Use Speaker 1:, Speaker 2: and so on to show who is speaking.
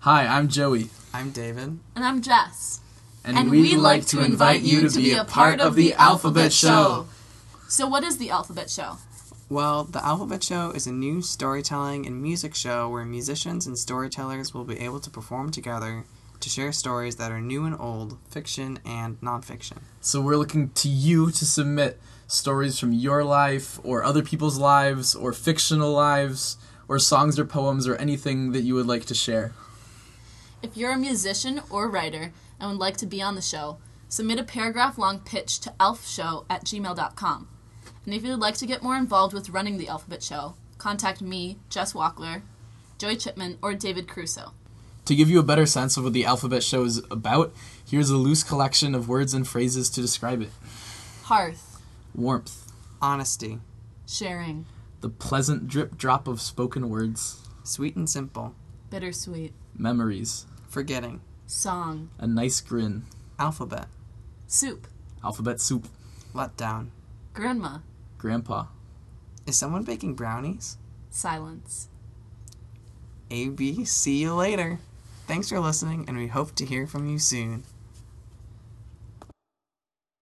Speaker 1: Hi, I'm Joey,
Speaker 2: I'm David.
Speaker 3: And I'm Jess.
Speaker 1: and, we'd, like, to invite you to be a part of the Alphabet Show.
Speaker 3: So, what is the Alphabet Show?
Speaker 2: Well, The Alphabet Show is a new storytelling and music show where musicians and storytellers will be able to perform together to share stories that are new and old, fiction and nonfiction.
Speaker 1: So we're looking to you to submit stories from your life or other people's lives or fictional lives or songs or poems or anything that you would like to share.
Speaker 3: If you're a musician or writer and would like to be on the show, submit a paragraph long pitch to elfshow at gmail.com. And if you'd like to get more involved with running the Alphabet Show, contact me, Jess Walkler, Joey Chipman, or David Crusoe.
Speaker 1: To give you a better sense of what the Alphabet Show is about, here's a loose collection of words and phrases to describe it.
Speaker 3: Hearth,
Speaker 1: Warmth,
Speaker 2: Honesty,
Speaker 3: sharing,
Speaker 1: the pleasant drip drop of spoken words,
Speaker 2: sweet and simple,
Speaker 3: bittersweet,
Speaker 1: memories,
Speaker 2: forgetting,
Speaker 3: song,
Speaker 1: a nice grin,
Speaker 2: alphabet,
Speaker 3: soup,
Speaker 1: alphabet soup,
Speaker 2: letdown.
Speaker 3: grandma,
Speaker 1: grandpa,
Speaker 2: Is someone baking brownies?
Speaker 3: silence.
Speaker 2: A B, see you later. Thanks for listening, and we hope to hear from you soon.